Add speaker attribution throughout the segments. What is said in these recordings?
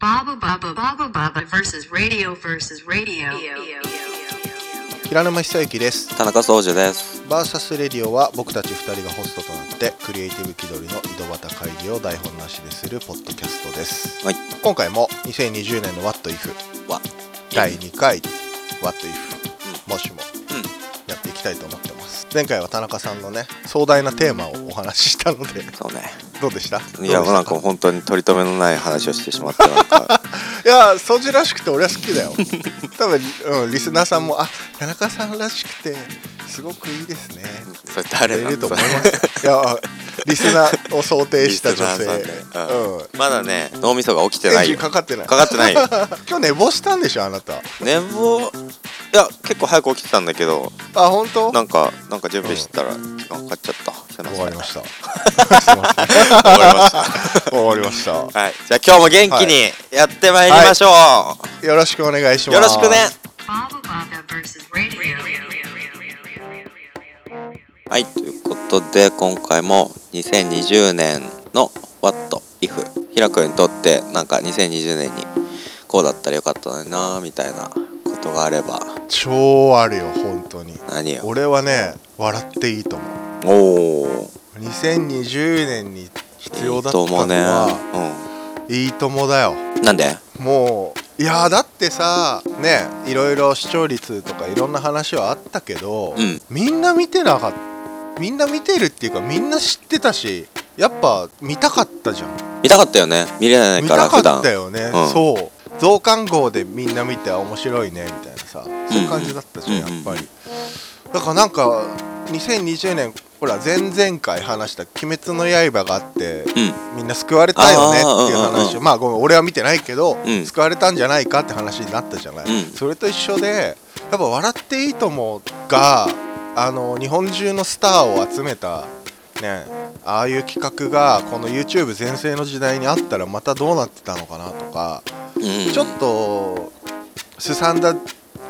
Speaker 1: Baba Baba Baba Baba versus radio versus radio.
Speaker 2: 平沼久之です
Speaker 3: 田中総司です
Speaker 2: バーサスレディオは僕たち2人がホストとなってクリエイティブ気取りの井戸端会議を台本なしでするポッドキャストです、
Speaker 3: はい
Speaker 2: 今回も2020年の What If
Speaker 3: わ
Speaker 2: 第2回 What If、
Speaker 3: う
Speaker 2: もしも
Speaker 3: うん
Speaker 2: やっていきたいと思ってます前回は田中さんのね壮大なテーマをお話ししたので
Speaker 3: そうね
Speaker 2: どうでした
Speaker 3: いや
Speaker 2: どうでし
Speaker 3: もう
Speaker 2: た
Speaker 3: なんか本当に取り留めのない話をしてしまったな んか
Speaker 2: いや掃除らしくて俺は好きだよ多分、うん、リスナーさんもあ田中さんらしくてすごくいいですね
Speaker 3: それ誰
Speaker 2: い
Speaker 3: なん
Speaker 2: ると
Speaker 3: だ
Speaker 2: 思いますいやリスナーを想定した女性
Speaker 3: リスナーさんねうん
Speaker 2: うん
Speaker 3: まだね脳みそが起きて
Speaker 2: エ
Speaker 3: な
Speaker 2: ン
Speaker 3: い
Speaker 2: ジン
Speaker 3: よ
Speaker 2: かかってない
Speaker 3: かかってないよ
Speaker 2: 今日寝坊したんでしょあなた
Speaker 3: 寝坊いや結構早く起きてたんだけど
Speaker 2: あ本当
Speaker 3: なんかなんか準備してたら時間かかっちゃったすいま
Speaker 2: 終
Speaker 3: せん
Speaker 2: わりましたすいません
Speaker 3: 終わりました
Speaker 2: 終わりました
Speaker 3: はい、じゃあ今日も元気にやってまいりましょう、
Speaker 2: よろしくお願いします
Speaker 3: よろしくね
Speaker 1: Baba Baba versus radio.
Speaker 3: はいということで今回も2020年の「What If」ひらくんにとってなんか2020年にこうだったらよかったのになみたいなことがあれば
Speaker 2: 超あるよ本当に
Speaker 3: 何よ
Speaker 2: 俺はね笑っていいと思う
Speaker 3: おお
Speaker 2: 2020年に必要だった
Speaker 3: と
Speaker 2: の
Speaker 3: もね
Speaker 2: は、いいともだよ
Speaker 3: うん、なんで
Speaker 2: もういやーだってさねいろいろ視聴率とかいろんな話はあったけど、
Speaker 3: うん
Speaker 2: みんな見てなかったみんな見てるっていうかみんな知ってたしやっぱ見たかったじゃん
Speaker 3: 見たかったよね見れない
Speaker 2: 見
Speaker 3: か
Speaker 2: た
Speaker 3: ら普
Speaker 2: かっ
Speaker 3: 段
Speaker 2: たよね、
Speaker 3: うん
Speaker 2: そう増刊号でみんな見てあ面白いねみたいなさそういう感じだったじゃん、
Speaker 3: うんうん
Speaker 2: やっぱりだからなんか2020年ほら前々回話した「鬼滅の刃」があって
Speaker 3: うん
Speaker 2: みんな救われたよねっていう
Speaker 3: あーうんうん
Speaker 2: 話まあごめん俺は見てないけど、
Speaker 3: うん
Speaker 2: 救われたんじゃないかって話になったじゃない、
Speaker 3: うん
Speaker 2: それと一緒でやっぱ「笑っていいと思う」があの日本中のスターを集めたねああいう企画がこの YouTube 全盛の時代にあったらまたどうなってたのかなとか
Speaker 3: うん
Speaker 2: ちょっとすさんだ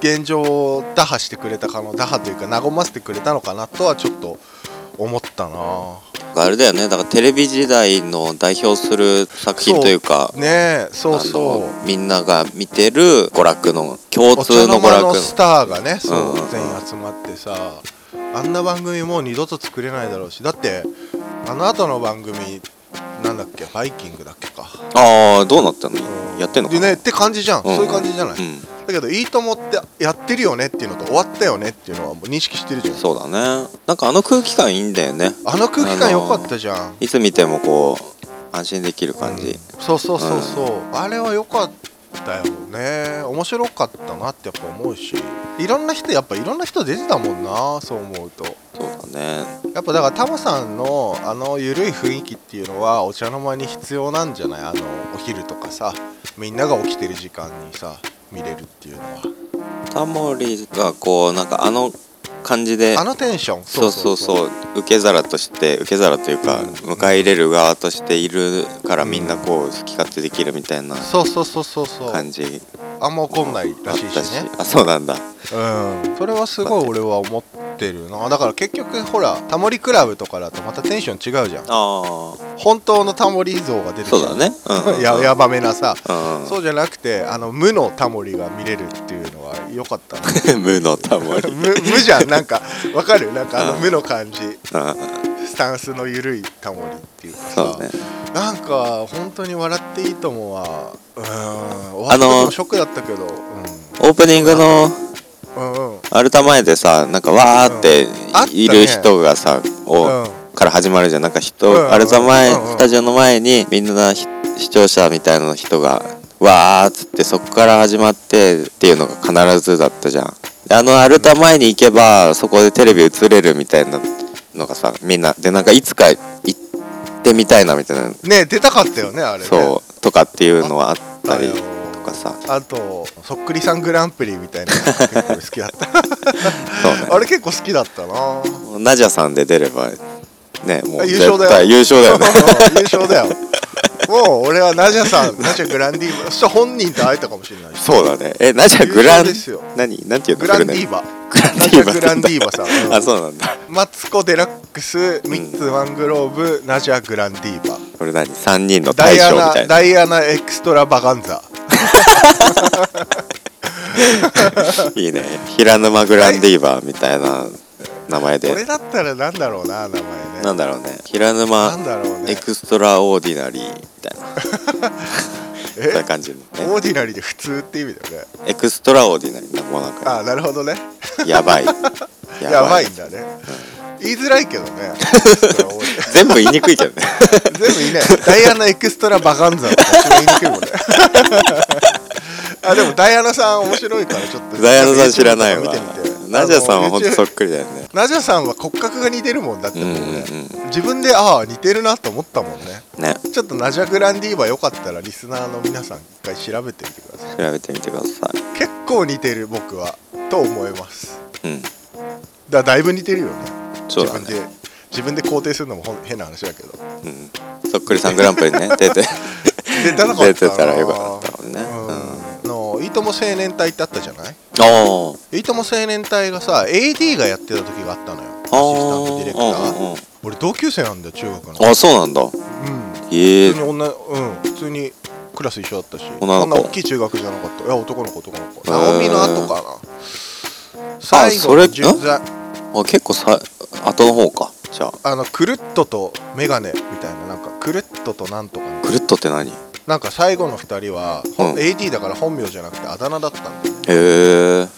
Speaker 2: 現状を打破してくれたかの打破というか和ませてくれたのかなとはちょっと思ったな
Speaker 3: あれだよねだからテレビ時代の代表する作品というか
Speaker 2: ねえそうそう
Speaker 3: あのみんなが見てる娯楽の共
Speaker 2: お
Speaker 3: 通
Speaker 2: 茶の
Speaker 3: の娯
Speaker 2: 間
Speaker 3: 楽
Speaker 2: のスターがねそう
Speaker 3: うん
Speaker 2: 全員集まってさあんな番組もう二度と作れないだろうしだってあの後の番組なんだっけ「バイキング」だっけか、
Speaker 3: ああどうなったの
Speaker 2: うん
Speaker 3: やってんのか
Speaker 2: で
Speaker 3: な
Speaker 2: ねって感じじゃん、
Speaker 3: うん
Speaker 2: そういう感じじゃない、
Speaker 3: う
Speaker 2: だけど「いいとも」ってやってるよねっていうのと終わったよねっていうのはもう認識してるじゃん
Speaker 3: んそうだねなんかあの空気感いいんだよね
Speaker 2: あの空気感良かったじゃん、
Speaker 3: いつ見てもこう安心できる感じ、
Speaker 2: うんそうそうそうそう、あれは良かったよね面白かったなってやっぱ思うしいろんな人やっぱいろんな人出てたもんなそう思うと
Speaker 3: そうだね
Speaker 2: やっぱだからタモさんのあの緩い雰囲気っていうのはお茶の間に必要なんじゃないあのお昼とかさみんなが起きてる時間にさ見れるっていうのは
Speaker 3: タモリがこうなんかあの感じで
Speaker 2: あのテンション
Speaker 3: そうそうそう受け皿として受け皿というか
Speaker 2: うん
Speaker 3: 迎え入れる側としているからみんなこう好き勝手できるみたいな
Speaker 2: そうそうそうそうそう
Speaker 3: 感じ
Speaker 2: あんま怒んない
Speaker 3: だ
Speaker 2: ら
Speaker 3: っ
Speaker 2: しい
Speaker 3: た
Speaker 2: し
Speaker 3: し
Speaker 2: ね
Speaker 3: あそうなんだ
Speaker 2: うんそれはすごい俺は思ってるなだから結局ほらタモリクラブとかだとまたテンション違うじゃん
Speaker 3: あ
Speaker 2: 本当のタモリ像が出てき
Speaker 3: そうだねうんうん
Speaker 2: ややばめなさ
Speaker 3: あ
Speaker 2: そうじゃなくてあの無のタモリが見れるっていうのは良かったな
Speaker 3: うん 無の タモリ
Speaker 2: 無無じゃんなんかわかるなんかあの
Speaker 3: うん
Speaker 2: 無の感じ
Speaker 3: うん
Speaker 2: スタンスの緩いタモリっていうか
Speaker 3: そ
Speaker 2: さ
Speaker 3: う、ね
Speaker 2: なんか本当に「笑っていいとも」はうーん終わ
Speaker 3: あ
Speaker 2: った
Speaker 3: の
Speaker 2: 時もショックだったけど、
Speaker 3: オープニングの
Speaker 2: うん、うんうん
Speaker 3: アルタ前でさなんかわーって
Speaker 2: あったね
Speaker 3: いる人がさ、を
Speaker 2: うん
Speaker 3: から始まるじゃんなんか人、
Speaker 2: うんうん
Speaker 3: アルタ前、
Speaker 2: うんうん
Speaker 3: スタジオの前にみんなひ視聴者みたいな人がわーっつってそこから始まってっていうのが必ずだったじゃんであのアルタ前に行けばそこでテレビ映れるみたいなのがさみんなでなんかいつか行ってみたいなみたいな、
Speaker 2: ね出たかったよねあれね
Speaker 3: そうとかっていうのはあっ
Speaker 2: あ
Speaker 3: た
Speaker 2: れ
Speaker 3: り
Speaker 2: を
Speaker 3: とかさ
Speaker 2: あとそっくりさんグランプリみたいなの 結構好きだった
Speaker 3: そうね
Speaker 2: あれ結構好きだったな
Speaker 3: ナジャさんで出ればねもう
Speaker 2: 優勝だよ
Speaker 3: 絶対優勝だよね
Speaker 2: 優勝だよもう俺はナジャさんナジャグランディーバそしたら本人と会えたかもしれないし
Speaker 3: そうだねえナジャグラン
Speaker 2: 優勝ですよ
Speaker 3: 何なんていう
Speaker 2: グ
Speaker 3: の
Speaker 2: ラン
Speaker 3: フル
Speaker 2: デ
Speaker 3: ネ
Speaker 2: ィ
Speaker 3: ー
Speaker 2: ー
Speaker 3: ム
Speaker 2: バ
Speaker 3: グランディー
Speaker 2: ナ
Speaker 3: バ
Speaker 2: ジャ・グランディーバさん
Speaker 3: あそうなんだ
Speaker 2: マツコ・デラックスミッツ・マングローブナジャ・グランディーバ
Speaker 3: これ何3人の
Speaker 2: ダ
Speaker 3: 大
Speaker 2: イア
Speaker 3: 将みた
Speaker 2: ナ
Speaker 3: いな
Speaker 2: ダイアナ・エクストラ・バガンザ
Speaker 3: いいね平沼グランディーバーみたいな名前
Speaker 2: これ
Speaker 3: で
Speaker 2: だったらなんだろうな名前ね
Speaker 3: なんだろうね平
Speaker 2: な
Speaker 3: 沼
Speaker 2: んだろうね
Speaker 3: エクストラオーディナリーみたいなそんな
Speaker 2: え
Speaker 3: 感じのね
Speaker 2: オーディナリーで普通って意味だよね
Speaker 3: エクストラオーディナリーなもうなんか
Speaker 2: ああなるほどね
Speaker 3: やばい
Speaker 2: やばいんだね、言いづらいけどね そのオーディ
Speaker 3: 全部言いにくい けどね
Speaker 2: 全部いないダイアナエクストラバガンザとか一番言いにくいも んねあでもダイアナさん面白いからちょっと
Speaker 3: ダイアナさん知らないわ
Speaker 2: 見てみて
Speaker 3: ナジャさんはほんと
Speaker 2: あの
Speaker 3: そっくりだよね
Speaker 2: ナジャさんは骨格が似てるもんだって
Speaker 3: うん
Speaker 2: もう
Speaker 3: うん
Speaker 2: ね、
Speaker 3: う
Speaker 2: 自分でああ似てるなと思ったもんね
Speaker 3: んね
Speaker 2: ちょっとナジャ・グランディーバよかったらリスナーの皆さん一回調べてみてください
Speaker 3: 調べてみてくださ
Speaker 2: 結構似てる僕はと思います
Speaker 3: いうん
Speaker 2: だだいぶ似てるよね
Speaker 3: そうだね
Speaker 2: 自分で自分で肯定するのもほん変な話だけど
Speaker 3: そっくりさんグランプリね出て
Speaker 2: 出たなか
Speaker 3: 出
Speaker 2: った
Speaker 3: て
Speaker 2: な
Speaker 3: たらよかったもんね、うん
Speaker 2: うんのいいとも青年隊ってあったじゃない
Speaker 3: おー
Speaker 2: いいとも青年隊がさ AD がやってた時があったのよアシスタントディレクタ
Speaker 3: うんうん
Speaker 2: ー
Speaker 3: うん
Speaker 2: 俺同級生なんだよ中学の
Speaker 3: あそうなんだ
Speaker 2: うん
Speaker 3: ええ
Speaker 2: 普通に女うん普通にクラス一緒だったしそ
Speaker 3: 女の子
Speaker 2: んな大きい中学じゃなかったいや男の子男の子
Speaker 3: へ
Speaker 2: ナ
Speaker 3: ー
Speaker 2: オミの後かな最後
Speaker 3: それ
Speaker 2: の重罪
Speaker 3: あ結構さ後の方かじゃあ
Speaker 2: あのくるっととメガネみたいななんかくるっととなんとか
Speaker 3: クルットって何へ
Speaker 2: なんか最後の2人は、ほん
Speaker 3: うん
Speaker 2: AD だから本名じゃなくてあだ名だったんだよね
Speaker 3: え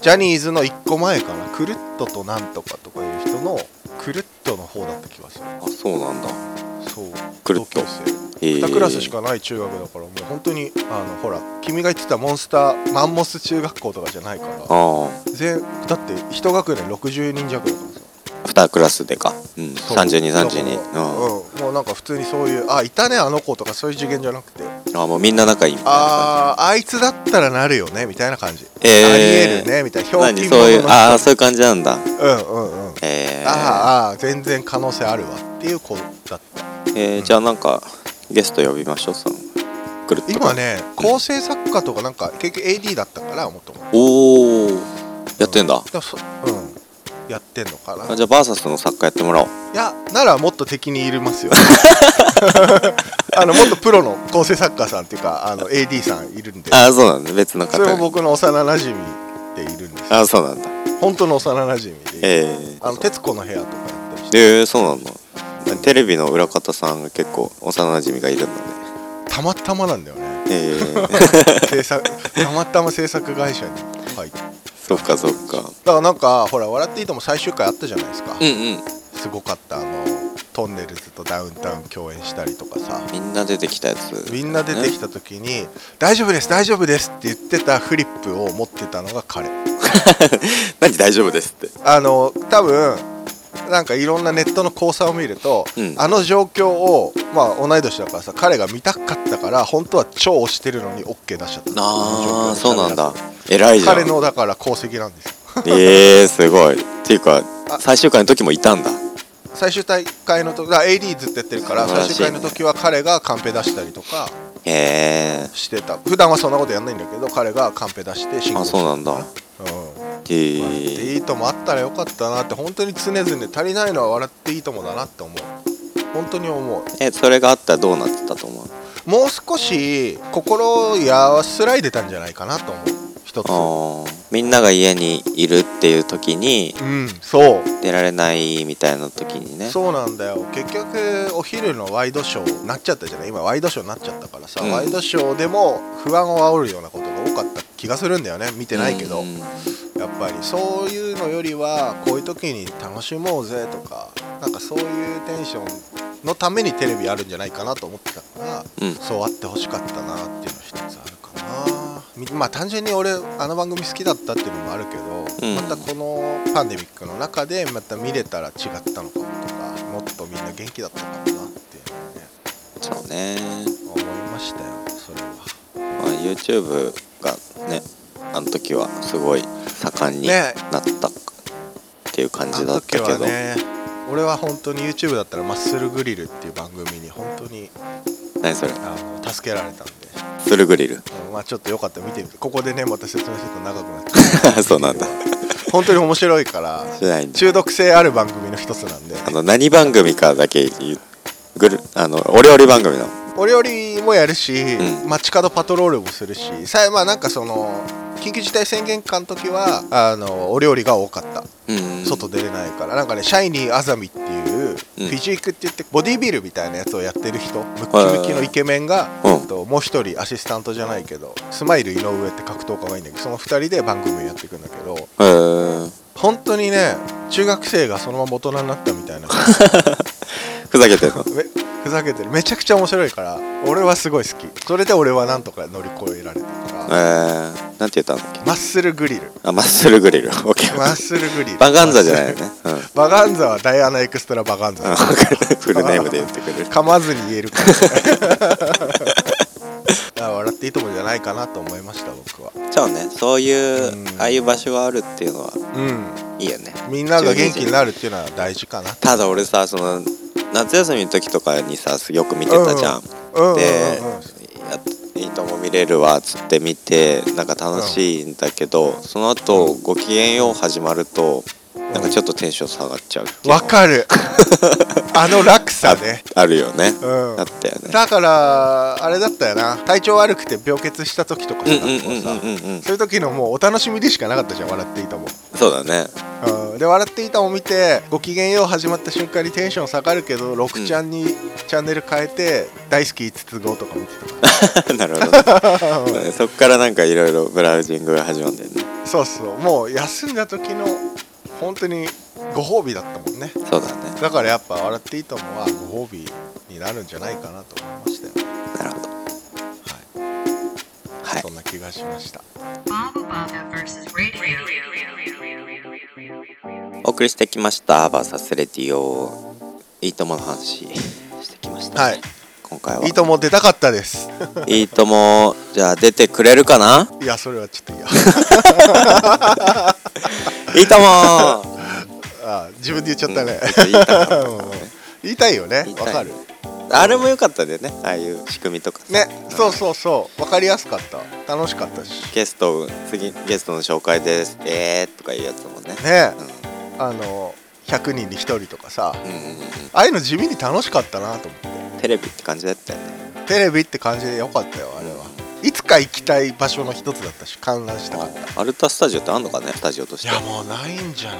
Speaker 2: ジャニーズの1個前かなくるっととなんとかとかいう人のくるっとの方だった気がする
Speaker 3: あそうなんだ
Speaker 2: そう
Speaker 3: くるっと
Speaker 2: 同級生
Speaker 3: ええ
Speaker 2: 2クラスしかない中学だからもう本当にあのほら君が言ってたモンスターマンモス中学校とかじゃないから
Speaker 3: ああ
Speaker 2: 全だって1学年60人弱だからさ
Speaker 3: 2クラスでか、うん、
Speaker 2: そう
Speaker 3: 3232
Speaker 2: だか
Speaker 3: う
Speaker 2: ら
Speaker 3: ん
Speaker 2: うんもうなんか普通にそういうあいたねあの子とかそういう次元じゃなくて
Speaker 3: あもうみんな仲いいみたいな
Speaker 2: あーあいつだったらなるよねみたいな感じ、
Speaker 3: えー
Speaker 2: ありえるねみたいな
Speaker 3: 何
Speaker 2: 表記
Speaker 3: そういうああ
Speaker 2: あ
Speaker 3: そういう感じなんだ
Speaker 2: うんうんうん
Speaker 3: えー、
Speaker 2: あーあー全然可能性あるわっていう子だった
Speaker 3: えー、じゃあなんかゲスト呼びましょうさんくるっと
Speaker 2: 今ね構成作家とかなんか結局 AD だったからもともと
Speaker 3: おおやってんだ、
Speaker 2: でもそうんやってんのかな
Speaker 3: あじゃあバーサスの作家やってもらおう
Speaker 2: いやならもっと敵にいる ますよあのもっとプロの構成作家さんっていうかあの AD さんいるんで
Speaker 3: ああそうなんだ別の
Speaker 2: そ
Speaker 3: 方
Speaker 2: れも
Speaker 3: が
Speaker 2: 僕の幼なじみでいるんです
Speaker 3: ああそうなんだ
Speaker 2: 本当の幼なじみでいる
Speaker 3: えー、
Speaker 2: あの「徹子の部屋」とかやったりして
Speaker 3: えー、そうなんだテレビの裏方さんが結構幼馴染みがいるんだね
Speaker 2: たまたまなんだよ ね
Speaker 3: えー、
Speaker 2: 制作たまたま制作会社に入ってだか
Speaker 3: そっかそっから
Speaker 2: なんかほら「笑っていいとも」最終回あったじゃないですか、
Speaker 3: うんうん
Speaker 2: すごかったあのトンネルズとダウンタウン共演したりとかさ
Speaker 3: みんな出てきたやつ
Speaker 2: みんな出てきた時に「大丈夫です大丈夫です」って言ってたフリップを持ってたのが彼
Speaker 3: 何大丈夫ですって
Speaker 2: あの多分なんかいろんなネットの交差を見ると、
Speaker 3: うん
Speaker 2: あの状況をまあ同い年だからさ彼が見たかったから本当は超押してるのに OK 出しちゃった
Speaker 3: ああ
Speaker 2: こ
Speaker 3: そう
Speaker 2: の状況で
Speaker 3: なんだ偉いじゃん
Speaker 2: 彼のだから功績なんですよ
Speaker 3: えー、すごいっていうか
Speaker 2: あ
Speaker 3: 最終回の時もいたんだ
Speaker 2: 最終大会の時だから AD ずっとやってるから
Speaker 3: 素晴らしい
Speaker 2: 最
Speaker 3: ね
Speaker 2: 終回の時は彼がカンペ出したりとか
Speaker 3: へえ
Speaker 2: してた普段はそんなことやんないんだけど彼がカンペ出して進
Speaker 3: ー、あ
Speaker 2: 行して
Speaker 3: そう
Speaker 2: た
Speaker 3: なんだ
Speaker 2: うん
Speaker 3: え
Speaker 2: 笑って
Speaker 3: ー、
Speaker 2: いいともあったらよかったなって本当に常々足りないのは笑っていいともだなって思う本当に思う
Speaker 3: えそれがあったらどうなってたと思う
Speaker 2: もう少し心を安らいでたんじゃないかなと思う一つ
Speaker 3: あーみんなが家にいるっていう時に
Speaker 2: うんそう
Speaker 3: 出られないみたいな時にね
Speaker 2: そうなんだよ結局お昼のワイドショーになっちゃったじゃない今ワイドショーになっちゃったからさ、
Speaker 3: うん
Speaker 2: ワイドショーでも不安を煽るようなことが多かった気がするんだよね見てないけど、
Speaker 3: うん
Speaker 2: やっぱりそういうのよりはこういう時に楽しもうぜとかなんかそういうテンションのためにテレビあるんじゃないかなと思ってたから、
Speaker 3: うん
Speaker 2: そうあってほしかったなっていうの一つあるかなみまあ単純に俺あの番組好きだったっていうのもあるけど、
Speaker 3: うん
Speaker 2: またこのパンデミックの中でまた見れたら違ったのかもとかもっとみんな元気だったかもなっていう
Speaker 3: そうね、
Speaker 2: のをね思いましたよそれは。
Speaker 3: まあ、YouTube がねあの時はすごい盛んに
Speaker 2: ね
Speaker 3: なったっていう感
Speaker 2: あ
Speaker 3: じだ
Speaker 2: の
Speaker 3: った
Speaker 2: 時
Speaker 3: け
Speaker 2: は
Speaker 3: ど、
Speaker 2: ね俺は本当に YouTube だったら「マッスルグリル」っていう番組に本当に
Speaker 3: 何それ
Speaker 2: あの助けられたんで、
Speaker 3: スルグリル
Speaker 2: まあ、ちょっとよかったら見てみてここでねまた説明すると長くなっちゃう
Speaker 3: そうなんだ
Speaker 2: 本当に面白いから
Speaker 3: しないんで
Speaker 2: 中毒性ある番組の一つなんで
Speaker 3: あの何番組かだけ言うぐるあのお料理番組の
Speaker 2: お料理もやるし、
Speaker 3: う
Speaker 2: 街角パトロールもするしさえまあなんかその緊急事態宣言下の時はあのお料理が多かった
Speaker 3: うん
Speaker 2: 外出れないからなんかねシャイニーアザミっていうフ
Speaker 3: うん
Speaker 2: ィジークって言ってボディビルみたいなやつをやってる人ムッキムキのイケメンが、
Speaker 3: うん
Speaker 2: えっともう一人アシスタントじゃないけどスマイル井上って格闘家がいいんだけどその二人で番組をやっていくんだけど
Speaker 3: へー
Speaker 2: 本当にね中学生がそのまま大人になったみ たいな
Speaker 3: ふざけてるの
Speaker 2: めふざけてるめちゃくちゃ面白いから俺はすごい好きそれで俺はなんとか乗り越えられたから
Speaker 3: えー、なんて言ったんだっけ
Speaker 2: マッスルグリル
Speaker 3: あマッスルグリル OK
Speaker 2: マッスルグリル
Speaker 3: バガンザじゃないよねうん、 うん、
Speaker 2: バガンザはダイアナエクストラバガンザ
Speaker 3: わかるフルネームで言ってくれる
Speaker 2: 噛まずに言えるから、ね、 あ笑っていいともじゃないかなと思いました僕は
Speaker 3: そうねそういう、
Speaker 2: うん
Speaker 3: ああいう場所があるっていうのは
Speaker 2: うん
Speaker 3: いいよね
Speaker 2: みんなが元気になるっていうのは大事かな
Speaker 3: ただ俺さその夏休みの時とかにさよく見てたじゃん、
Speaker 2: うんうんうんうん
Speaker 3: でや「いいとも見れるわ」っつって見てなんか楽しいんだけど、その後ごきげんよう」始まるとなんかちょっとテンション下がっちゃうっていうの
Speaker 2: わか るあの落差ね
Speaker 3: あるよね、
Speaker 2: うん
Speaker 3: あったよね
Speaker 2: だからあれだったよな体調悪くて病欠した時とか
Speaker 3: うん
Speaker 2: さ、
Speaker 3: うんうんうんうんうん
Speaker 2: そういう時のもうお楽しみでしかなかったじゃん笑っていいとも、
Speaker 3: そうだね
Speaker 2: うん、で笑っていいとも見てごきげんよう始まった瞬間にテンション下がるけど6ちゃんにチャンネル変えて大好き5つ子とか見てたから
Speaker 3: なるほどねそうだねそっからなんかいろいろブラウジングが始まってね
Speaker 2: そうそうもう休んだ時の本当にご褒美だったもんね
Speaker 3: そうだね
Speaker 2: だからやっぱ笑っていいと思うはご褒美になるんじゃないかなと思いましたよ、
Speaker 3: なるほど
Speaker 2: はい
Speaker 3: はい
Speaker 2: そんな気がしました
Speaker 1: Baba Baba versus radio.
Speaker 3: お送りしてきましたバーサスレディオいいともの話してきました、
Speaker 2: はい
Speaker 3: 今回はい
Speaker 2: いとも出たかったです
Speaker 3: いいともじゃあ出てくれるかない
Speaker 2: やそれはち ょっといや
Speaker 3: いいとも
Speaker 2: あ自分で言っちゃったね
Speaker 3: うん言いたかったね
Speaker 2: うん言いたいよね
Speaker 3: 言いた
Speaker 2: わ
Speaker 3: い
Speaker 2: かる
Speaker 3: あれも良かったでねああいう仕組みとかさ
Speaker 2: ねそうそうそうわかりやすかった楽しかったし
Speaker 3: ゲスト次ゲストの紹介ですえーとかいうやつもね
Speaker 2: ね
Speaker 3: うん
Speaker 2: あの100人に1人とかさ
Speaker 3: うんうんう
Speaker 2: ああいうの地味に楽しかったなと思って
Speaker 3: んテレビって感じだったよね
Speaker 2: テレビって感じでよかったよあれはいつか行きたい場所の一つだったし観覧したかったい
Speaker 3: アルタスタジオってあんのかねスタジオとして
Speaker 2: やもうないんじゃない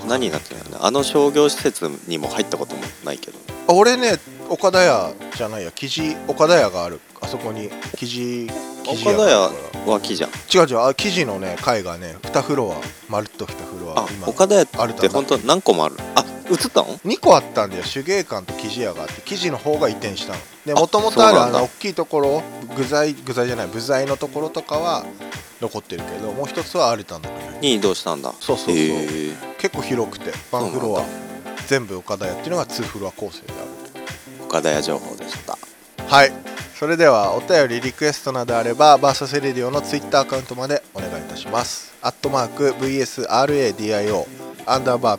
Speaker 2: の
Speaker 3: 何になってるのあの商業施設にも入ったこともないけど
Speaker 2: 俺ね岡田屋じゃないや生地岡田屋があるあそこに生地生地
Speaker 3: 岡
Speaker 2: が
Speaker 3: 田
Speaker 2: あ
Speaker 3: 屋
Speaker 2: るから
Speaker 3: は木じゃん
Speaker 2: 違う違うあ生地のね階がね2フロアまるっと2フロア
Speaker 3: あ岡田屋
Speaker 2: ある
Speaker 3: って本当何個もあるあ映ったの
Speaker 2: 2個あったんだよ手芸館と生地屋があって生地の方が移転したので
Speaker 3: あ
Speaker 2: もともとあるあ
Speaker 3: そうなんだ
Speaker 2: の大きいところ具材具材じゃない部材のところとかは残ってるけどもう一つはアルタのね
Speaker 3: に移動したんだ
Speaker 2: そうそうそう
Speaker 3: へー
Speaker 2: 結構広くてワンフロ
Speaker 3: そう
Speaker 2: ア
Speaker 3: なん
Speaker 2: 全部岡田屋っていうのが2フロア構成であ
Speaker 3: 岡田屋情報でした
Speaker 2: るはいそれではお便りリクエストなどあればバーサスレディオのツイッターアカウントまでお願いいたしますアットマーク VSRADIO アンダーバー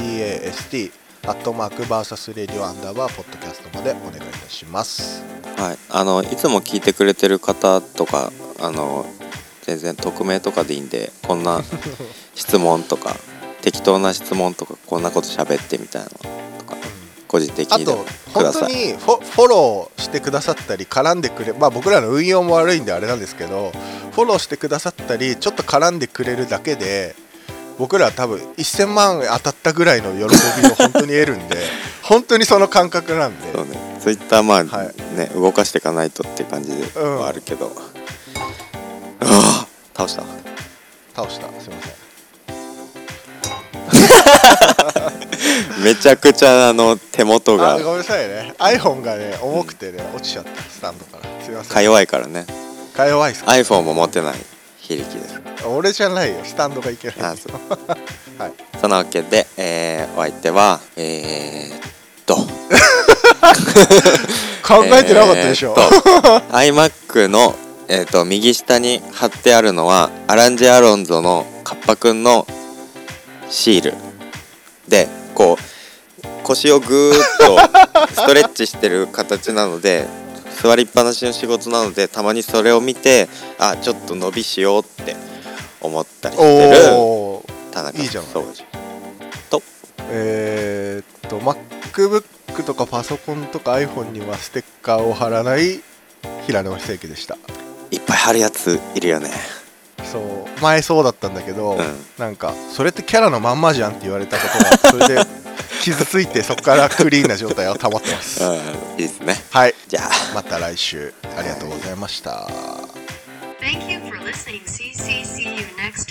Speaker 2: PODCAST アットマークバーサスレディオアンダーバーポッドキャストまでお願いいたします
Speaker 3: はい、あのいつも聞いてくれてる方とかあの全然匿名とかでいいんでこん な質問とか適当な質問とかこんなこと喋ってみたいなのとか個人的
Speaker 2: あ
Speaker 3: にで
Speaker 2: と
Speaker 3: もく
Speaker 2: 本
Speaker 3: だ
Speaker 2: 当
Speaker 3: さい
Speaker 2: にフォフォローしてくださったり絡んでくれまあ僕らの運用も悪いんであれなんですけどフォローしてくださったりちょっと絡んでくれるだけで僕らは多分1000万当たったぐらいの喜びを本当に得るん で本当にその感覚なんで
Speaker 3: そうねツイッターまあ、
Speaker 2: は
Speaker 3: ね動かしていかないとって感じで
Speaker 2: うん
Speaker 3: はあるけど、ああ倒した
Speaker 2: 倒したすいません
Speaker 3: めちゃくちゃあの手元
Speaker 2: あ
Speaker 3: が
Speaker 2: ごめんなさいね iPhone がね重くてね落ちちゃったスタンドからすいませ
Speaker 3: か
Speaker 2: ん
Speaker 3: 弱いからね
Speaker 2: かよわいっすか
Speaker 3: iPhone も持てない非力です
Speaker 2: 俺じゃないよスタンドがいけない
Speaker 3: あそう
Speaker 2: はい
Speaker 3: そんなわけで、えーお相手はえー、っと
Speaker 2: 考えてなかったでしょ、
Speaker 3: えーっと iMac の、えーっと右下に貼ってあるのはアランジ・アロンゾのカッパくんのシールでこう腰をぐーっ とストレッチしてる形なので座りっぱなしの仕事なのでたまにそれを見てあちょっと伸びしようって思ったりしてる
Speaker 2: おお
Speaker 3: 田中
Speaker 2: いいじゃん
Speaker 3: そう
Speaker 2: えー、っと MacBook とかパソコンとか iPhone にはステッカーを貼らない平沼久之でした
Speaker 3: いっぱい貼るやついるよね
Speaker 2: そう前そうだったんだけど、
Speaker 3: うん
Speaker 2: なんかそれってキャラのまんまじゃんって言われたこと がそれで傷ついてそこからクリーンな状態を保ってます
Speaker 3: うんいいですね
Speaker 2: はい
Speaker 3: じゃあ
Speaker 2: また来週ありがとうございました、
Speaker 1: Thank you for listening. CCC you next